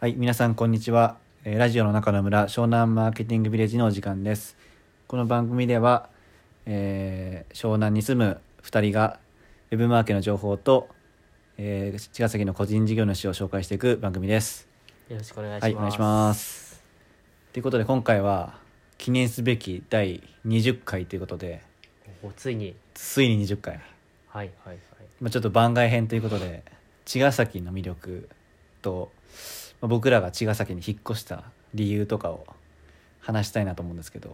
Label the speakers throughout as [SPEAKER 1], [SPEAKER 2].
[SPEAKER 1] はい、皆さんこんにちは。えーラジオの中の村湘南マーケティングビレッジのお時間です。この番組では、えー湘南に住む2人がウェブマーケの情報と、えー茅ヶ崎の個人事業主を紹介していく番組です。
[SPEAKER 2] よろしくお願いします。
[SPEAKER 1] はい、お願いします。ということで今回は記念すべき第20回ということで、
[SPEAKER 2] おついに、
[SPEAKER 1] ついに20回。
[SPEAKER 2] はいはいはい。
[SPEAKER 1] まあ、ちょっと番外編ということで茅ヶ崎の魅力と、まあ、僕らが茅ヶ崎に引っ越した理由とかを話したいなと思うんですけど、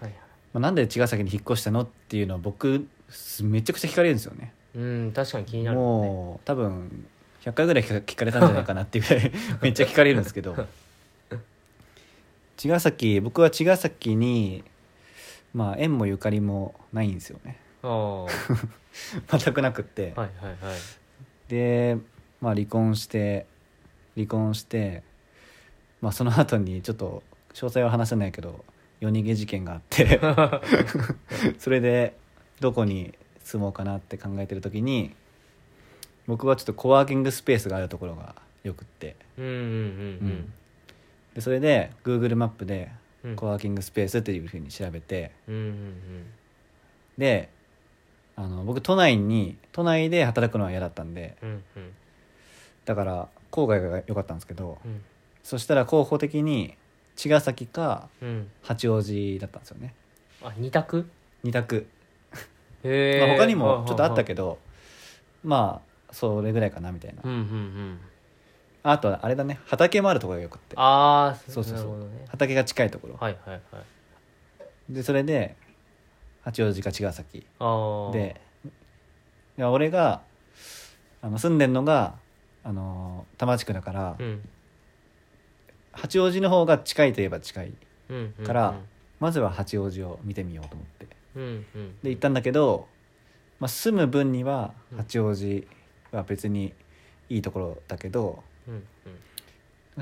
[SPEAKER 2] はいはい、
[SPEAKER 1] まあ、なんで茅ヶ崎に引っ越したのっていうのを僕すめちゃくちゃ聞かれるんですよね
[SPEAKER 2] うん、確かに気になるもんね。
[SPEAKER 1] もう多分100回ぐらい聞か聞かれたんじゃないかなっていうぐ らいめっちゃ聞かれるんですけど茅ヶ崎僕は茅ヶ崎にまあ縁もゆかりもないんですよね
[SPEAKER 2] ああ、はい
[SPEAKER 1] 全くなくって、
[SPEAKER 2] はいはい。
[SPEAKER 1] で、まあ、離婚して離婚して、まあ、その後にちょっと詳細は話せないけど夜逃げ事件があって それでどこに住もうかなって考えてる時に僕はちょっとコワーキングスペースがあるところがよくって、
[SPEAKER 2] うんうんうん
[SPEAKER 1] でそれで Google マップで
[SPEAKER 2] うん。
[SPEAKER 1] コワーキングスペースっていうふうに調べて
[SPEAKER 2] うんうんうん。
[SPEAKER 1] であの僕都内に都内で働くのは嫌だったんで
[SPEAKER 2] うんうん
[SPEAKER 1] だから郊外が良かったんですけど、
[SPEAKER 2] うん
[SPEAKER 1] そしたら候補的に茅ヶ崎か
[SPEAKER 2] うん。
[SPEAKER 1] 八王子だったんですよね
[SPEAKER 2] あ、二択
[SPEAKER 1] 2択、
[SPEAKER 2] へえ。
[SPEAKER 1] まあ、他にもちょっとあったけ
[SPEAKER 2] ど。
[SPEAKER 1] どまあそれぐらいかなみたいな、
[SPEAKER 2] うんうんうん。
[SPEAKER 1] あとはあれだね畑もあるところがよくって
[SPEAKER 2] ああ、
[SPEAKER 1] そうそうそう
[SPEAKER 2] なるほどね。
[SPEAKER 1] 畑が近いところ、
[SPEAKER 2] はいはいはい。
[SPEAKER 1] でそれで八王子か茅ヶ崎
[SPEAKER 2] ああ。、
[SPEAKER 1] でいや俺があの住んでんのがあのー多摩地区だから、
[SPEAKER 2] うん。
[SPEAKER 1] 八王子の方が近いといえば近い
[SPEAKER 2] うんうんうん。
[SPEAKER 1] からまずは八王子を見てみようと思って
[SPEAKER 2] うんうん。
[SPEAKER 1] で行ったんだけど、まあ、住む分には
[SPEAKER 2] うん
[SPEAKER 1] 八王子は別にいいところだけど、
[SPEAKER 2] うん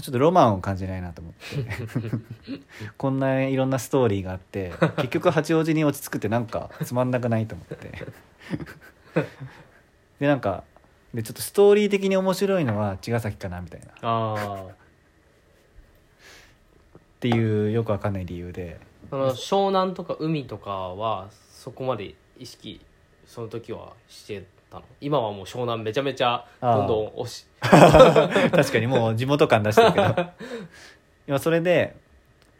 [SPEAKER 1] ちょっとロマンを感じないなと思ってこんないろんなストーリーがあって結局八王子に落ち着くってなんかつまんなくないと思ってでなんかでちょっとストーリー的に面白いのは茅ヶ崎かなみたいなっ
[SPEAKER 2] ああ。
[SPEAKER 1] ていうよくわかんない理由で
[SPEAKER 2] その湘南とか海とかはそこまで意識その時はしてたの今はもう湘南めちゃめちゃどんどん押し
[SPEAKER 1] 確かにもう地元感出してるけど今それで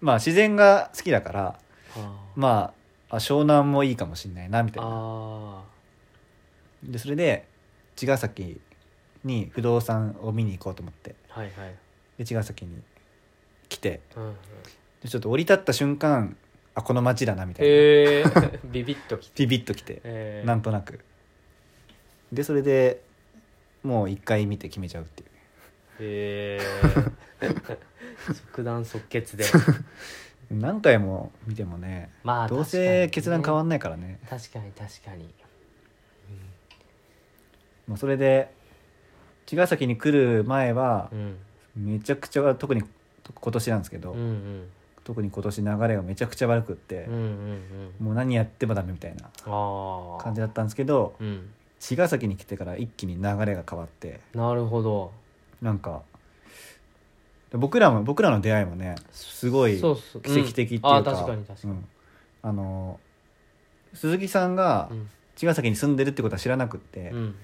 [SPEAKER 1] まあ自然が好きだから
[SPEAKER 2] あ
[SPEAKER 1] まああ湘南もいいかもしんないなみたいな
[SPEAKER 2] あ
[SPEAKER 1] でそれで茅ヶ崎に不動産を見に行こうと思って
[SPEAKER 2] ーはいはい、
[SPEAKER 1] で茅ヶ崎に来て
[SPEAKER 2] うんうん、
[SPEAKER 1] でちょっと降り立った瞬間あこの街だなみたいな、
[SPEAKER 2] え ー、ビビッときて、
[SPEAKER 1] ビビッと来て、
[SPEAKER 2] えー、
[SPEAKER 1] なんとなくでそれでもう一回見て決めちゃうっていう
[SPEAKER 2] えー、 即断即決 で
[SPEAKER 1] 何回も見てもね
[SPEAKER 2] まあ
[SPEAKER 1] どうせ決断変わ
[SPEAKER 2] ん
[SPEAKER 1] んないからね、
[SPEAKER 2] 確かに確かに
[SPEAKER 1] まあ、それで茅ヶ崎に来る前は
[SPEAKER 2] うん
[SPEAKER 1] めちゃくちゃ特に今年なんですけど、
[SPEAKER 2] うんうん
[SPEAKER 1] 特に今年流れがめちゃくちゃ悪くって
[SPEAKER 2] うんう、んうん
[SPEAKER 1] もう何やってもダメみたいな
[SPEAKER 2] ああ
[SPEAKER 1] 感じだったんですけど
[SPEAKER 2] うん
[SPEAKER 1] 茅ヶ崎に来てから一気に流れが変わって
[SPEAKER 2] なるほど
[SPEAKER 1] なんか僕らも僕らの出会いもねすごい
[SPEAKER 2] そ
[SPEAKER 1] 奇
[SPEAKER 2] うそう
[SPEAKER 1] 跡的っていう
[SPEAKER 2] うんあ
[SPEAKER 1] か,、う
[SPEAKER 2] ー
[SPEAKER 1] ん、
[SPEAKER 2] 確かに確かに、
[SPEAKER 1] あの鈴木さんが
[SPEAKER 2] うん
[SPEAKER 1] 茅ヶ崎に住んでるってことは知らなくって、
[SPEAKER 2] うん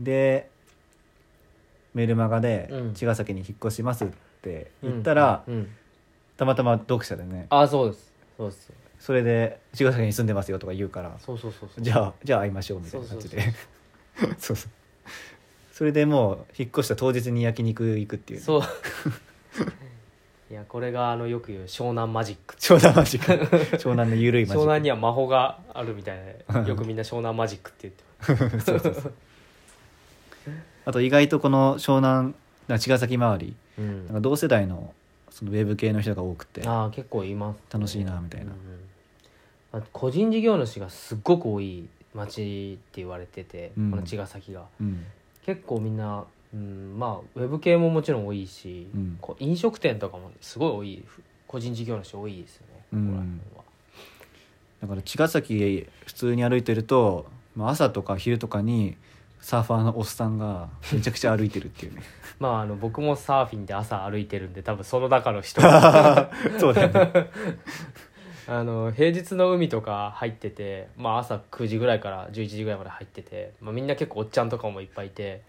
[SPEAKER 1] でメルマガで
[SPEAKER 2] う
[SPEAKER 1] 「
[SPEAKER 2] ん
[SPEAKER 1] 茅ヶ崎に引っ越します」って言ったら、
[SPEAKER 2] うんうんうん
[SPEAKER 1] たまたま読者でね
[SPEAKER 2] あそうですそうです
[SPEAKER 1] それで「茅ヶ崎に住んでますよ」とか言うから
[SPEAKER 2] そうそうそうそう
[SPEAKER 1] じゃあじゃあ会いましょうみたいな感じで
[SPEAKER 2] そう
[SPEAKER 1] そうそうそれでもう引っ越した当日に焼肉行くっていうね、
[SPEAKER 2] そういやこれがあのよく言う湘南マジック
[SPEAKER 1] 湘南マジック 湘南のゆるいマジック
[SPEAKER 2] 湘南には魔法があるみたいなよくみんな湘南マジックって言ってます
[SPEAKER 1] そうそうそうあと意外とこの湘南なんか茅ヶ崎周り
[SPEAKER 2] う
[SPEAKER 1] なん
[SPEAKER 2] ん、
[SPEAKER 1] か同世代のそのウェブ系の人が多くて
[SPEAKER 2] ああ結構いますね、
[SPEAKER 1] 楽しいなみたいな
[SPEAKER 2] うんうんあと個人事業主がすっごく多い町って言われてて、
[SPEAKER 1] うん
[SPEAKER 2] この茅ヶ崎が
[SPEAKER 1] うん
[SPEAKER 2] 結構みんな、うん、まあウェブ系ももちろん多いし、
[SPEAKER 1] うん
[SPEAKER 2] こう飲食店とかもすごい多い個人事業主多いですよね、
[SPEAKER 1] うん
[SPEAKER 2] ここら辺は
[SPEAKER 1] だから茅ヶ崎普通に歩いてるとまあ朝とか昼とかにサーファーのおっさんがめちゃくちゃ歩いてるって いうね
[SPEAKER 2] まああの僕もサーフィンで朝歩いてるんで多分その中 の人
[SPEAKER 1] そうだよね
[SPEAKER 2] あの平日の海とか入ってて、まあ、朝9時ぐらいから11時ぐらいまで入ってて、まあ、みんな結構おっちゃんとかもいっぱいいて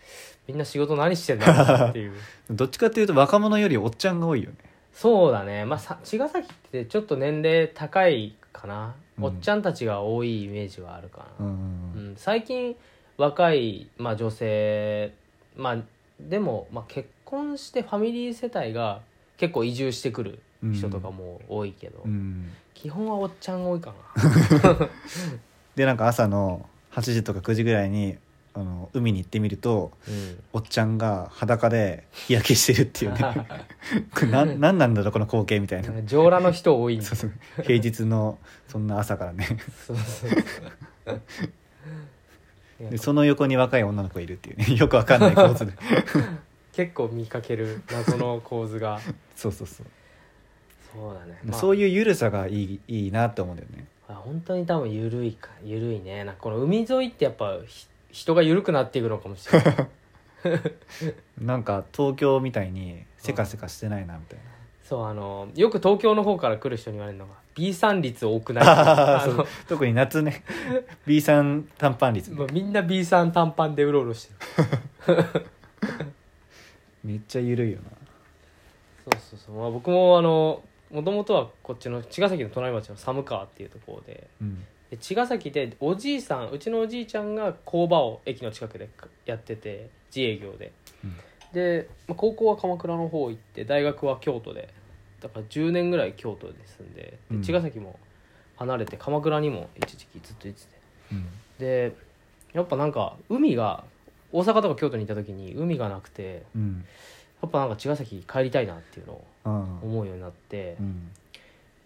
[SPEAKER 2] みんな仕事何してんだろうなっ ていう
[SPEAKER 1] どっちかっていうと若者よりおっちゃんが多いよね
[SPEAKER 2] そうだね、まあ、さ茅ヶ崎ってちょっと年齢高いかな、
[SPEAKER 1] うん
[SPEAKER 2] おっちゃんたちが多いイメージはあるか
[SPEAKER 1] う
[SPEAKER 2] な、うんん最近若い、まあ、女性、まあ、でも、まあ、結婚してファミリー世帯が結構移住してくる人とかも多いけど、
[SPEAKER 1] うん
[SPEAKER 2] 基本はおっちゃんが多いかな
[SPEAKER 1] でなんか朝の8時とか9時ぐらいにあの海に行ってみると
[SPEAKER 2] うん
[SPEAKER 1] おっちゃんが裸で日焼けしてるっていう ねこれなんなんなんだろうこの光景みたいな
[SPEAKER 2] なんか 上裸の人多いんだ
[SPEAKER 1] そうそう平日のそんな朝からね
[SPEAKER 2] そうそうそう
[SPEAKER 1] でその横に若い女の子がいるっていうね よくわかんない構図で
[SPEAKER 2] 結構見かける謎の構図が
[SPEAKER 1] そうそうそう、
[SPEAKER 2] そうだね、
[SPEAKER 1] そう
[SPEAKER 2] いう
[SPEAKER 1] いうゆるさがいいいいなって思うんだよね
[SPEAKER 2] 本当に多分緩いか緩いねなんかこの海沿いってやっぱひ人が緩くなっていくのかもしれない
[SPEAKER 1] なんか東京みたいにせかせかしてないなみたいな
[SPEAKER 2] そうあのよく東京の方から来る人に言われるのが B 産率 多くないあ
[SPEAKER 1] そ
[SPEAKER 2] の
[SPEAKER 1] う特に夏ね B さん短パン率
[SPEAKER 2] まあみんな B 産短パンでうろうろしてる
[SPEAKER 1] めっちゃゆるいよな
[SPEAKER 2] そうそうそう、まあ、僕もあのもともとはこっちの茅ヶ崎の隣町の寒川っていうところで
[SPEAKER 1] うん
[SPEAKER 2] で茅ヶ崎でおじいさんうちのおじいちゃんが工場を駅の近くでやってて自営業で、
[SPEAKER 1] うん
[SPEAKER 2] で、まあ、高校は鎌倉の方行って大学は京都でだから10年ぐらい京都に住んで
[SPEAKER 1] う
[SPEAKER 2] で
[SPEAKER 1] ん
[SPEAKER 2] 茅ヶ崎も離れて鎌倉にも一時期ずっと行って
[SPEAKER 1] うん
[SPEAKER 2] てでやっぱなんか海が大阪とか京都にいた時に海がなくて
[SPEAKER 1] うん
[SPEAKER 2] やっぱなんか茅ヶ崎帰りたいなっていうのを
[SPEAKER 1] ああ
[SPEAKER 2] 思うようになって、
[SPEAKER 1] うん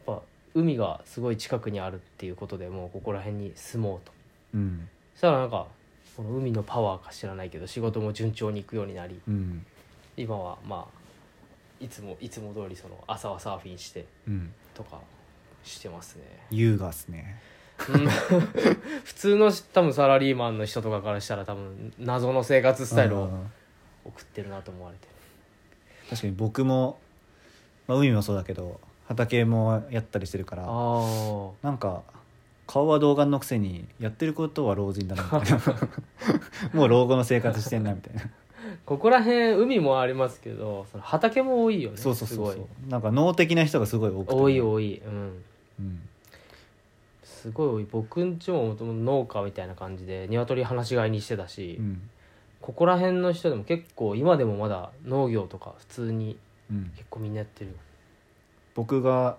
[SPEAKER 2] やっぱ海がすごい近くにあるっていうことでもうここら辺に住もうと。
[SPEAKER 1] うん
[SPEAKER 2] そしたらなんかこの海のパワーか知らないけど仕事も順調に行くようになり
[SPEAKER 1] うん
[SPEAKER 2] 今はまあいつもいつも通りその朝はサーフィンして
[SPEAKER 1] うん
[SPEAKER 2] とかし てますね
[SPEAKER 1] 優雅っすね
[SPEAKER 2] うん普通の多分サラリーマンの人とかからしたら多分謎の生活スタイル
[SPEAKER 1] あ
[SPEAKER 2] を
[SPEAKER 1] あ
[SPEAKER 2] 送ってるなと思われて
[SPEAKER 1] 確かに僕も、まあ、海もそうだけど畑もやったりしてるか
[SPEAKER 2] あ
[SPEAKER 1] ら
[SPEAKER 2] あ
[SPEAKER 1] なんか顔は童顔のくせにやってることは老人だなみたい なもう老後の生活してんなみた いな
[SPEAKER 2] ここら辺海もありますけどその畑も多いよね
[SPEAKER 1] そうそうそう
[SPEAKER 2] す
[SPEAKER 1] そう
[SPEAKER 2] ご
[SPEAKER 1] なんか能的な人がすごい多くて、
[SPEAKER 2] い多い多いうん
[SPEAKER 1] うん、
[SPEAKER 2] すごい多い僕んちももともと農家みたいな感じで鶏放し飼いにしてたし、
[SPEAKER 1] うん
[SPEAKER 2] ここら辺の人でも結構今でもまだ農業とか普通に
[SPEAKER 1] うん、
[SPEAKER 2] 結構みんなやってるよ
[SPEAKER 1] 僕が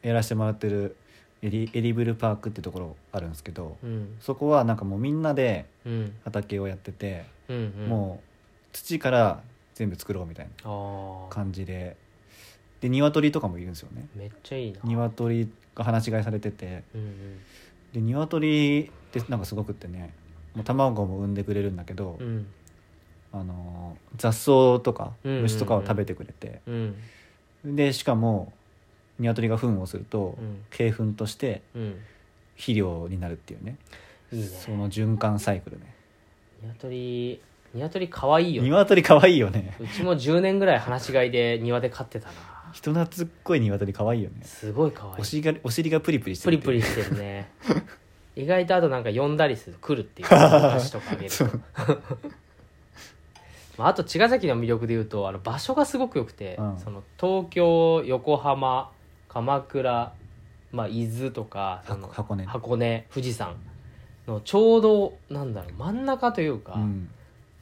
[SPEAKER 1] やらせてもらってるエリエリブルパークってところあるんですけど
[SPEAKER 2] うん
[SPEAKER 1] そこはなんかもうみんなで
[SPEAKER 2] うん
[SPEAKER 1] 畑をやってて、
[SPEAKER 2] うんうん
[SPEAKER 1] もう土から全部作ろうみたいな
[SPEAKER 2] ああ
[SPEAKER 1] 感じでで鶏とかもいるんですよね
[SPEAKER 2] めっちゃいいな
[SPEAKER 1] 鶏が放し飼いされてて
[SPEAKER 2] うんうん
[SPEAKER 1] で鶏ってなんかすごくってねもう卵も産んでくれるんだけど、
[SPEAKER 2] うん
[SPEAKER 1] あのー雑草とか
[SPEAKER 2] うんうんうん
[SPEAKER 1] 虫とかを食べてくれて、
[SPEAKER 2] うん
[SPEAKER 1] でしかも鶏が糞をすると、
[SPEAKER 2] うん
[SPEAKER 1] 鶏糞として
[SPEAKER 2] うん
[SPEAKER 1] 肥料になるっていうね
[SPEAKER 2] いいね
[SPEAKER 1] その循環サイクルね
[SPEAKER 2] 鶏鶏かわいいよね
[SPEAKER 1] 鶏可愛いよね
[SPEAKER 2] うちも10年ぐらい放し飼いで庭で飼ってたな
[SPEAKER 1] 人懐っこい鶏可愛いよね
[SPEAKER 2] すごいかわい
[SPEAKER 1] お
[SPEAKER 2] い
[SPEAKER 1] 尻がお尻がプリプリして
[SPEAKER 2] プ
[SPEAKER 1] る
[SPEAKER 2] リ
[SPEAKER 1] って
[SPEAKER 2] プ
[SPEAKER 1] いう
[SPEAKER 2] リして るね意外とあとなんか呼んだりする来るっていう話とかあげると
[SPEAKER 1] そう
[SPEAKER 2] まあ、あと茅ヶ崎の魅力でいうとあの場所がすごく良くて、
[SPEAKER 1] うん
[SPEAKER 2] その東京横浜鎌倉、まあ、伊豆とかその
[SPEAKER 1] 箱箱根
[SPEAKER 2] 箱根富士山のちょうどなんだろう真ん中というか、
[SPEAKER 1] うん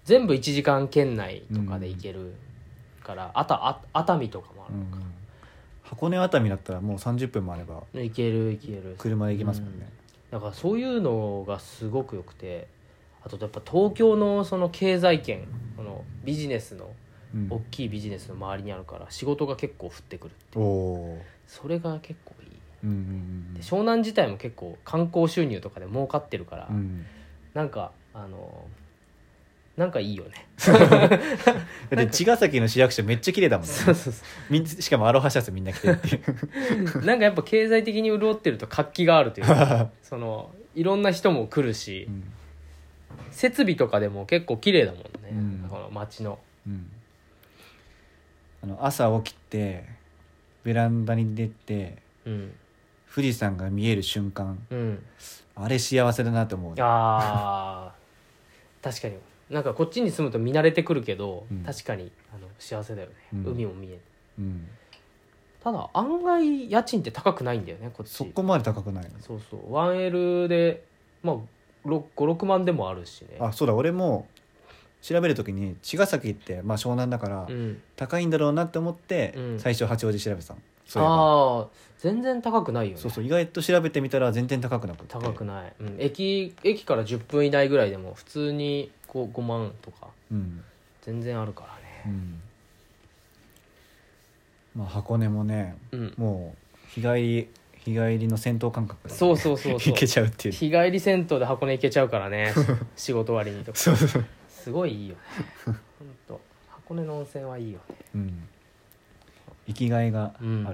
[SPEAKER 2] 全部1時間圏内とかで行けるから、あたあ熱海とかもあ
[SPEAKER 1] う
[SPEAKER 2] るのか、
[SPEAKER 1] ん箱根熱海だったらもう30分もあれば
[SPEAKER 2] 行ける行ける
[SPEAKER 1] 車で行きますもんね、
[SPEAKER 2] だからそういうのがすごく良くてあとやっぱ東京のその経済圏このビジネスの
[SPEAKER 1] うん
[SPEAKER 2] 大きいビジネスの周りにあるから仕事が結構降ってくる
[SPEAKER 1] おお
[SPEAKER 2] それが結構いい
[SPEAKER 1] ーうんうん
[SPEAKER 2] で湘南自体も結構観光収入とかで儲かってるから、
[SPEAKER 1] うんうん
[SPEAKER 2] なんかあのなんかいいよね
[SPEAKER 1] だって茅ヶ崎の市役所めっちゃ綺麗だもんね
[SPEAKER 2] そうそうそ
[SPEAKER 1] みんしかもアロハシャツみんな着てるっていう
[SPEAKER 2] うなんかやっぱ経済的に 潤ってると活気があるというかそのいろんな人も来るし
[SPEAKER 1] う、ん
[SPEAKER 2] 設備とかでも結構綺麗だもんね、
[SPEAKER 1] うん
[SPEAKER 2] この街の
[SPEAKER 1] うん、あの朝起きてベランダに出て
[SPEAKER 2] うん
[SPEAKER 1] 富士山が見える瞬間
[SPEAKER 2] うん
[SPEAKER 1] あれ幸せだなと思う
[SPEAKER 2] あ ー確かになんかこっちに住むと見慣れてくるけど、
[SPEAKER 1] うん
[SPEAKER 2] 確かにあの幸せだよね、
[SPEAKER 1] うん
[SPEAKER 2] 海も見える
[SPEAKER 1] うん、
[SPEAKER 2] ただ案外家賃って高くないんだよねこっち
[SPEAKER 1] そこまで高くないの
[SPEAKER 2] そうそう 1L で、まあ、56万でもあるしね
[SPEAKER 1] あそうだ俺も調べる時に茅ヶ崎って、まあ、湘南だから
[SPEAKER 2] うん、
[SPEAKER 1] 高いんだろうなって思って、
[SPEAKER 2] うん
[SPEAKER 1] 最初八王子調べてたのそういえば
[SPEAKER 2] ああ全然高くないよね
[SPEAKER 1] そうそう意外と調べてみたら全然高くなくて
[SPEAKER 2] 高くない、うん、駅駅から10分以内ぐらいでも普通にこう5万とか
[SPEAKER 1] うん、
[SPEAKER 2] 全然あるからね
[SPEAKER 1] うんまあ、箱根もね
[SPEAKER 2] うん
[SPEAKER 1] もう日帰り日帰りの戦闘感覚で
[SPEAKER 2] そうそうそ うそう
[SPEAKER 1] いけちゃうっていう
[SPEAKER 2] 日帰り銭湯で箱根行けちゃうから ね仕事終わりにとか
[SPEAKER 1] そうそう、
[SPEAKER 2] すごいいいよねほんと箱根の温泉はいいよね
[SPEAKER 1] うん、生きがいがある、
[SPEAKER 2] うんい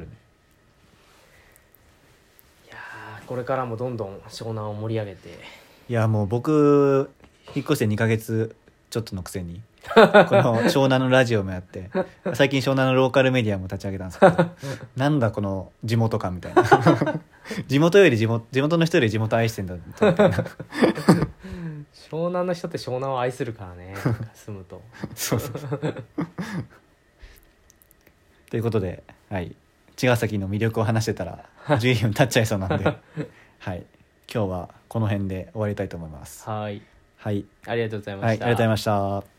[SPEAKER 2] やーこれからもどんどん湘南を盛り上げて
[SPEAKER 1] いやもう僕引っ越して2ヶ月ちょっとのくせ にこの湘南のラジオもやって最近湘南のローカルメディアも立ち上げたんですけ どなんだこの地元感みたいな 地元より地元地元の人より地元愛してんだみたいな
[SPEAKER 2] 湘南の人って湘南を愛するからね なんか住むと
[SPEAKER 1] そうそうそうということで、はい、茅ヶ崎の魅力を話してたら12分経っちゃいそう なんで、はい、今日はこの辺で終わりたいと思います。
[SPEAKER 2] はい
[SPEAKER 1] はい、
[SPEAKER 2] ありがとうございま
[SPEAKER 1] はい、あ
[SPEAKER 2] し
[SPEAKER 1] り
[SPEAKER 2] た、
[SPEAKER 1] がとうございました。